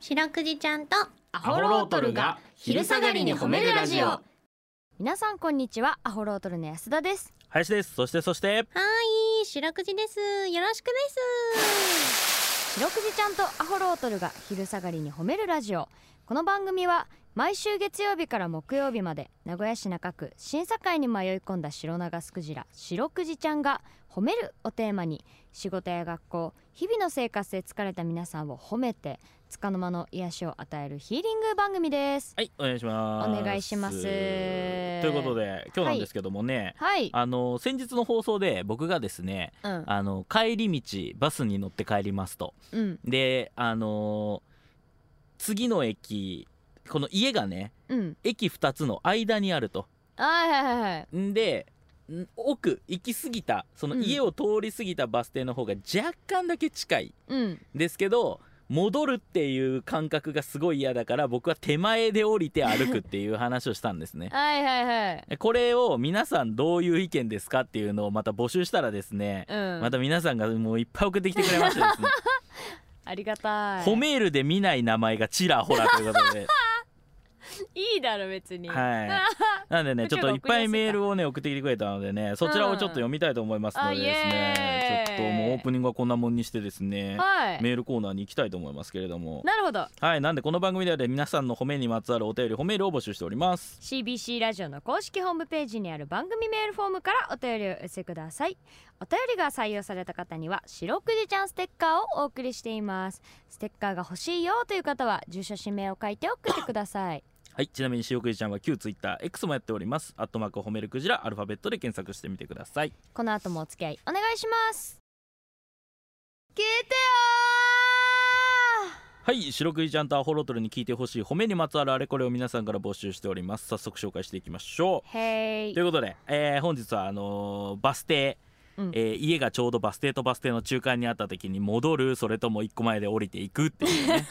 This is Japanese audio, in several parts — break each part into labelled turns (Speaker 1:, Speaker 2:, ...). Speaker 1: 白くじちゃんとア
Speaker 2: ホロートルが昼下がりに褒めるラジオ
Speaker 3: 皆さんこんにちはアホロートルの安田です
Speaker 4: 林ですそしてそして
Speaker 1: はい白くじですよろしくです
Speaker 3: 白くじちゃんとアホロートルが昼下がりに褒めるラジオこの番組は毎週月曜日から木曜日まで名古屋市中区審査会に迷い込んだ白長スクジラ白くじちゃんが褒めるをテーマに仕事や学校日々の生活で疲れた皆さんを褒めて束の間の癒しを与えるヒーリング番組です
Speaker 4: はいお願いします
Speaker 3: お願いします
Speaker 4: ということで今日なんですけどもね、
Speaker 3: はい
Speaker 4: あの先日の放送で僕がですね
Speaker 3: うん
Speaker 4: あの帰り道バスに乗って帰りますと
Speaker 3: うん
Speaker 4: であの次の駅この家がね
Speaker 3: うん
Speaker 4: 駅2つの間にあると
Speaker 3: はいはいはいはい
Speaker 4: んでん奥行き過ぎたその
Speaker 3: うん
Speaker 4: 家を通り過ぎたバス停の方が若干だけ近い
Speaker 3: うん
Speaker 4: ですけど戻るっていう感覚がすごい嫌だから僕は手前で降りて歩くっていう話をしたんで すね
Speaker 3: はいはいはい
Speaker 4: これを皆さんどういう意見ですかっていうのをまた募集したらですね、
Speaker 3: うん
Speaker 4: また皆さんがもういっぱい送ってきてくれましてで すね
Speaker 3: ありがたい
Speaker 4: 褒めるで見ない名前がちらほらということで
Speaker 3: いいだろ別に
Speaker 4: はいなんで ねちょっといっぱいメールをね送ってきてくれたのでねそちらをちょっと読みたいと思いますのでですね、
Speaker 3: あイエーイ
Speaker 4: ちょっともうオープニングはこんなもんにしてですね、
Speaker 3: はい
Speaker 4: メールコーナーに行きたいと思いますけれども
Speaker 3: なるほど
Speaker 4: はい、なんでこの番組ではね皆さんの褒めにまつわるお便り褒めるを募集しております。
Speaker 3: CBC ラジオの公式ホームページにある番組メールフォームからお便りをお寄せくださいお便りが採用された方には白くじちゃんステッカーをお送りしていますステッカーが欲しいよという方は住所氏名を書いて送ってください
Speaker 4: はい、ちなみにしおくじちゃんは旧 TwitterX もやっております。アットマーク褒めるクジラアルファベットで検索してみてください。
Speaker 3: この後もお付き合いお願いします聞いて
Speaker 4: はい、しろくじちゃんとアホロトルに聞いてほしい褒めにまつわるあれこれを皆さんから募集しております。早速紹介していきましょ
Speaker 3: よーへ
Speaker 4: う。
Speaker 3: い
Speaker 4: ということで、えー本日はあのーバス停、
Speaker 3: うん
Speaker 4: えー家がちょうどバス停とバス停の中間にあった時に戻るそれとも一個前で降りていくっていう ね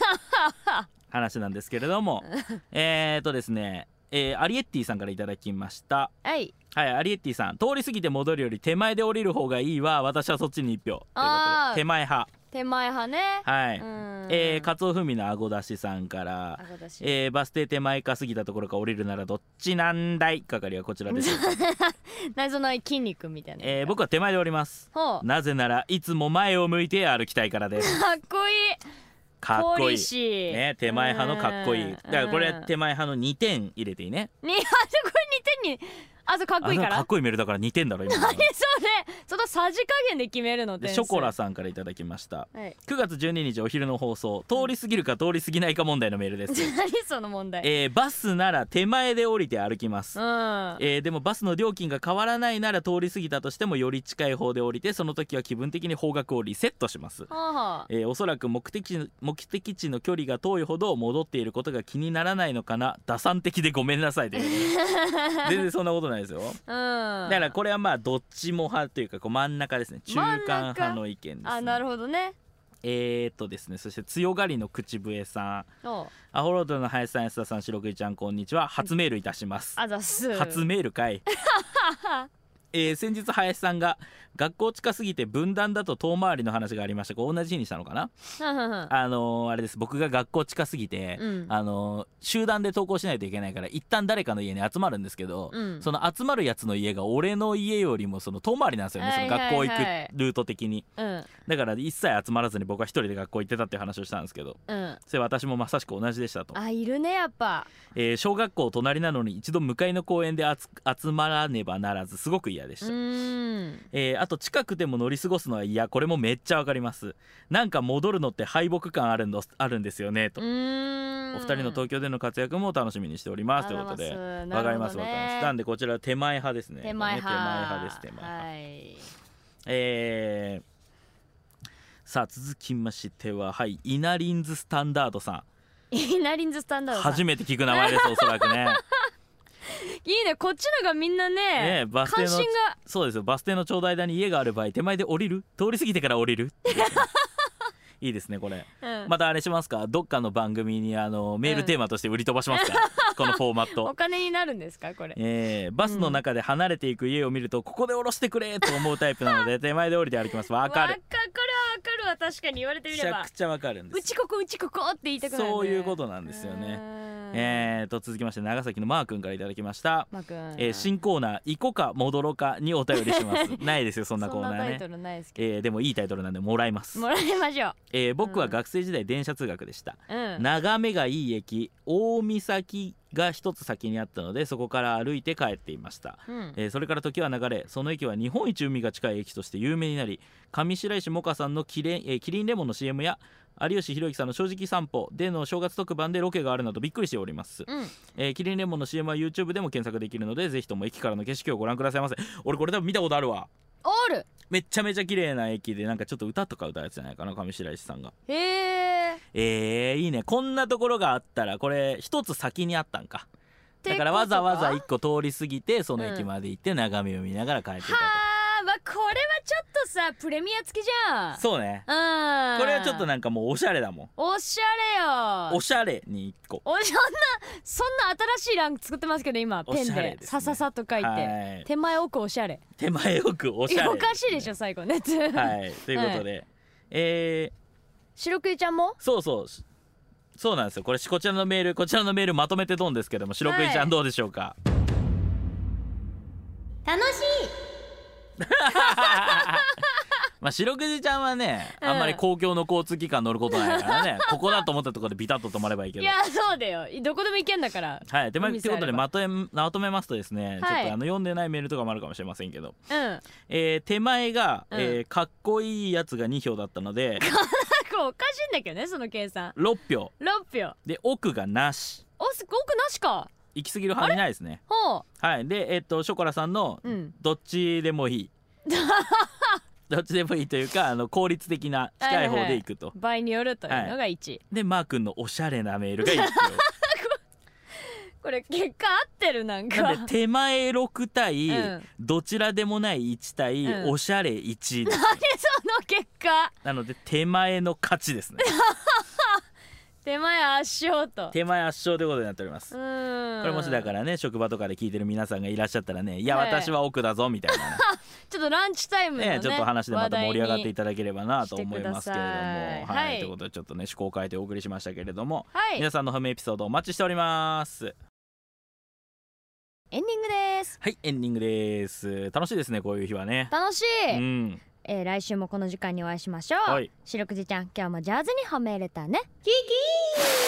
Speaker 4: 話なんですけれどもえーとですね、えーアリエッティさんからいただきました
Speaker 3: はい
Speaker 4: はい、アリエッティさん通り過ぎて戻るより手前で降りる方がいいわ私はそっちに一票ということ
Speaker 3: あー
Speaker 4: で手前派
Speaker 3: 手前派ね
Speaker 4: は
Speaker 3: う
Speaker 4: い、
Speaker 3: ーん
Speaker 4: えー、カツオフミのあごだしさんから
Speaker 3: あごだし
Speaker 4: えーバス停手前か過ぎたところか降りるならどっちなんだい係はこちらです、
Speaker 3: 謎の筋肉みたいな
Speaker 4: えー、僕は手前で降ります
Speaker 3: ほう
Speaker 4: なぜならいつも前を向いて歩きたいか らです
Speaker 3: かっこいい
Speaker 4: かっこいい
Speaker 3: ポリシー
Speaker 4: ね手前派のかっこいい
Speaker 3: うん
Speaker 4: だからこれ
Speaker 3: うん
Speaker 4: 手前派の2点入れていいね
Speaker 3: にあそこに手にあそうかっこいいか
Speaker 4: あでも
Speaker 3: ら
Speaker 4: かっこいいメールだから2点だろ今 の
Speaker 3: 何それそのさじ加減で決めるの
Speaker 4: で
Speaker 3: 点数
Speaker 4: ショコラさんからいただきました
Speaker 3: はい
Speaker 4: 9月12日お昼の放送通り過ぎるか通り過ぎないか問題のメー ルです、
Speaker 3: 何その問題
Speaker 4: えーバスなら手前で降りて歩きます
Speaker 3: うんあ
Speaker 4: えーでもバスの料金が変わらないなら通り過ぎたとしてもより近い方で降りてその時は気分的に方角をリセットします、
Speaker 3: は
Speaker 4: えーおそらく目的地の目的地の距離が遠いほど戻っていることが気にならないのかな打算的でごめんな さいということで全然そんなことないですよ
Speaker 3: あうん
Speaker 4: だからこれはまあどっちも派というかこう真ん中ですね中間
Speaker 3: 真ん中
Speaker 4: 派の意見です、ね、
Speaker 3: あなるほどね
Speaker 4: えー、っとですねそして強がりの口笛さん
Speaker 3: おう
Speaker 4: アホロードの林さん安田さん白くじちゃんこんにちは初メールいたします
Speaker 3: あざっす
Speaker 4: 初メールかいえー先日林さんが学校近すぎて分断だと遠回りの話がありましたこう同じ日にしたのかな
Speaker 3: うんうんうん
Speaker 4: あのーあれです僕が学校近すぎて、
Speaker 3: うん
Speaker 4: あのー集団で登校しないといけないから一旦誰かの家に集まるんですけど、
Speaker 3: うん
Speaker 4: その集まるやつの家が俺の家よりもその遠回りなんですよね、
Speaker 3: はいはい
Speaker 4: その
Speaker 3: はい
Speaker 4: 学校行くルート的に
Speaker 3: うん
Speaker 4: だから一切集まらずに僕は一人で学校行ってたっていう話をしたんですけど
Speaker 3: うん
Speaker 4: それ私もまさしく同じでしたと、
Speaker 3: あいるねやっぱ
Speaker 4: えー小学校隣なのに一度向かいの公園で集集まらねばならずすごく嫌でし
Speaker 3: う
Speaker 4: た、
Speaker 3: ーん
Speaker 4: えーあと近くでも乗り過ごすのは嫌これもめっちゃわかりますなんか戻るのって敗北感あるのあるんですよね
Speaker 3: う
Speaker 4: と、
Speaker 3: ーん
Speaker 4: お二人の東京での活躍も楽しみにしておりますということで
Speaker 3: あざ
Speaker 4: わかりま
Speaker 3: ますす
Speaker 4: わ
Speaker 3: なるほど
Speaker 4: かりま
Speaker 3: ね
Speaker 4: すなんでこちら手前派ですね
Speaker 3: 手前
Speaker 4: これね手前
Speaker 3: 派
Speaker 4: 派です手前派、
Speaker 3: はい
Speaker 4: えーさあ続きましてははいイナリンズスタンダードさ
Speaker 3: イナリンズスタン
Speaker 4: ん
Speaker 3: ダードさん
Speaker 4: 初めて聞く名前 ですおそらくねね
Speaker 3: いいねこっちのがみんなね
Speaker 4: えバス停
Speaker 3: 関
Speaker 4: の
Speaker 3: 心が
Speaker 4: そうですよバス停のちょうど間に家がある場合手前で降りる通り過ぎてから降りる いいですねこれ
Speaker 3: うん
Speaker 4: またあれしますかどっかの番組にあのメールテーマとして売り飛ばしますか、 このフォーマッ
Speaker 3: お
Speaker 4: ト、
Speaker 3: 金になるんですかこれ
Speaker 4: えーバスの中で離れていく家を見るとここで降ろしてくれと思うタイプなので手前で降りて歩きますわかる
Speaker 3: これはわかるわ確かに言われてみれ
Speaker 4: めちゃ
Speaker 3: ば
Speaker 4: くちゃわかるんで
Speaker 3: う
Speaker 4: す
Speaker 3: ちここうちここって言いたくなる、ね、
Speaker 4: そういうことなんですよね
Speaker 3: ね
Speaker 4: えー、と続きまして長崎のマー君からいただきました、
Speaker 3: まくん、
Speaker 4: えー新コーナー「行こか戻ろか」にお便りしますないですよそんなコーナ
Speaker 3: そんなタ
Speaker 4: ー
Speaker 3: イト
Speaker 4: ね
Speaker 3: ルないですけ
Speaker 4: えーでもいいタイトルなんでもらいます
Speaker 3: どもらいましょう
Speaker 4: えー僕は
Speaker 3: うん
Speaker 4: 学生時代電車通学でした、
Speaker 3: うん
Speaker 4: 眺めがいい駅大三崎が一つ先にあったのでそこから歩いて帰っていました、
Speaker 3: うん
Speaker 4: えーそれから時は流れその駅は日本一海が近い駅として有名になり上白石萌歌さんのキレン、えーキリンレモンの CM や有吉弘行さんの「正直散歩」での正月特番でロケがあるなどびっくりしております、
Speaker 3: うん
Speaker 4: えーキリンレモンの CM は YouTube でも検索できるのでぜひとも駅からの景色をご覧くださいませ俺これ多分見たことあるわ
Speaker 3: オール
Speaker 4: めっちゃめちゃ綺麗な駅でなんかちょっと歌とか歌うやつじゃないかな上白石さんが
Speaker 3: へえ
Speaker 4: えー、いいねこんなところがあったらこれ一つ先にあったんかだからわざわざ一個通り過ぎてその駅まで行って眺めを見ながら帰っていたと、
Speaker 3: はあまあこれはちょっとさプレミア付きじゃん
Speaker 4: そうね
Speaker 3: うん
Speaker 4: これはちょっとなんかもうおしゃれだも
Speaker 3: おしゃ
Speaker 4: ん
Speaker 3: れよ
Speaker 4: おしゃれに一個
Speaker 3: おそんなそんな新しいランク作ってますけど今ペ
Speaker 4: お
Speaker 3: ン
Speaker 4: しゃれ
Speaker 3: で
Speaker 4: ですね
Speaker 3: さささっと書いて
Speaker 4: はい
Speaker 3: 手前奥おしゃれ
Speaker 4: 手前よくお
Speaker 3: い
Speaker 4: しゃれ
Speaker 3: やおかしいでしょ最後ね
Speaker 4: はいということで、え
Speaker 3: 白クイちゃんも
Speaker 4: ー、そうそうそうなんですよこれこちらのメールこちらのメールまとめてどんですけども白クイちゃ
Speaker 3: は
Speaker 4: ん
Speaker 3: い
Speaker 4: どうでしょうか、
Speaker 1: 楽しい
Speaker 4: まあ白くじちゃんはね、
Speaker 3: うん
Speaker 4: あんまり公共の交通機関乗ることないから ねここだと思ったところでビタッと止まればいいけ
Speaker 3: い
Speaker 4: ど
Speaker 3: やそうだよどこでも行けんだから
Speaker 4: はい、でまあ
Speaker 3: お
Speaker 4: という
Speaker 3: 店
Speaker 4: こと
Speaker 3: あ
Speaker 4: で
Speaker 3: れば
Speaker 4: まとめまとめますとです
Speaker 3: はい
Speaker 4: ね、ちょっとあの読んでないメールとかもあるかもしれませんけど、
Speaker 3: うん
Speaker 4: えー手前が、
Speaker 3: うん
Speaker 4: えーかっこいいやつが2票だった ので
Speaker 3: これおかしいんだけどねその計算
Speaker 4: 6票
Speaker 3: 6票
Speaker 4: で奥がなし
Speaker 3: おすごくなしか
Speaker 4: 行き過ぎる範囲ないですね
Speaker 3: ほ
Speaker 4: はいでえっとショコラさんの、
Speaker 3: ううん
Speaker 4: どっちでもい いどっちでもいいというかあの効率的な近い方でいくと、
Speaker 3: 倍によるというのが1、
Speaker 4: でマー君のおしゃれなメールが1票
Speaker 3: これ結果合ってるなんか
Speaker 4: なんで手前6対、
Speaker 3: うん
Speaker 4: どちらでもない1対、
Speaker 3: うん
Speaker 4: おしゃれ1で す
Speaker 3: 何その結果
Speaker 4: なので手前の勝ちですね
Speaker 3: 手前圧勝と
Speaker 4: 手前圧勝ということになっております、
Speaker 3: うーん
Speaker 4: これもしだからね職場とかで聞いてる皆さんがいらっしゃったらねいや
Speaker 3: はい
Speaker 4: 私は奥だぞみたいな
Speaker 3: ちょっとランチタイムの
Speaker 4: ね
Speaker 3: ね
Speaker 4: ちょっと話でまた盛り上がってい
Speaker 3: た
Speaker 4: ただければなと思いますけれども
Speaker 3: してください
Speaker 4: はい、
Speaker 3: はい
Speaker 4: ということでちょっとね趣向を変えてお送りしましたけれども、
Speaker 3: はい
Speaker 4: 皆さんのハムエピソードお待ちしております
Speaker 3: エンディングです
Speaker 4: はいエンディングです楽しいですねこういう日はね
Speaker 3: 楽し
Speaker 4: う
Speaker 3: い、
Speaker 4: ん
Speaker 3: えー来週もこの時間にお会いしましょう、
Speaker 4: はい
Speaker 3: しろくじちゃん今日もジャズに褒めれたね
Speaker 1: キキー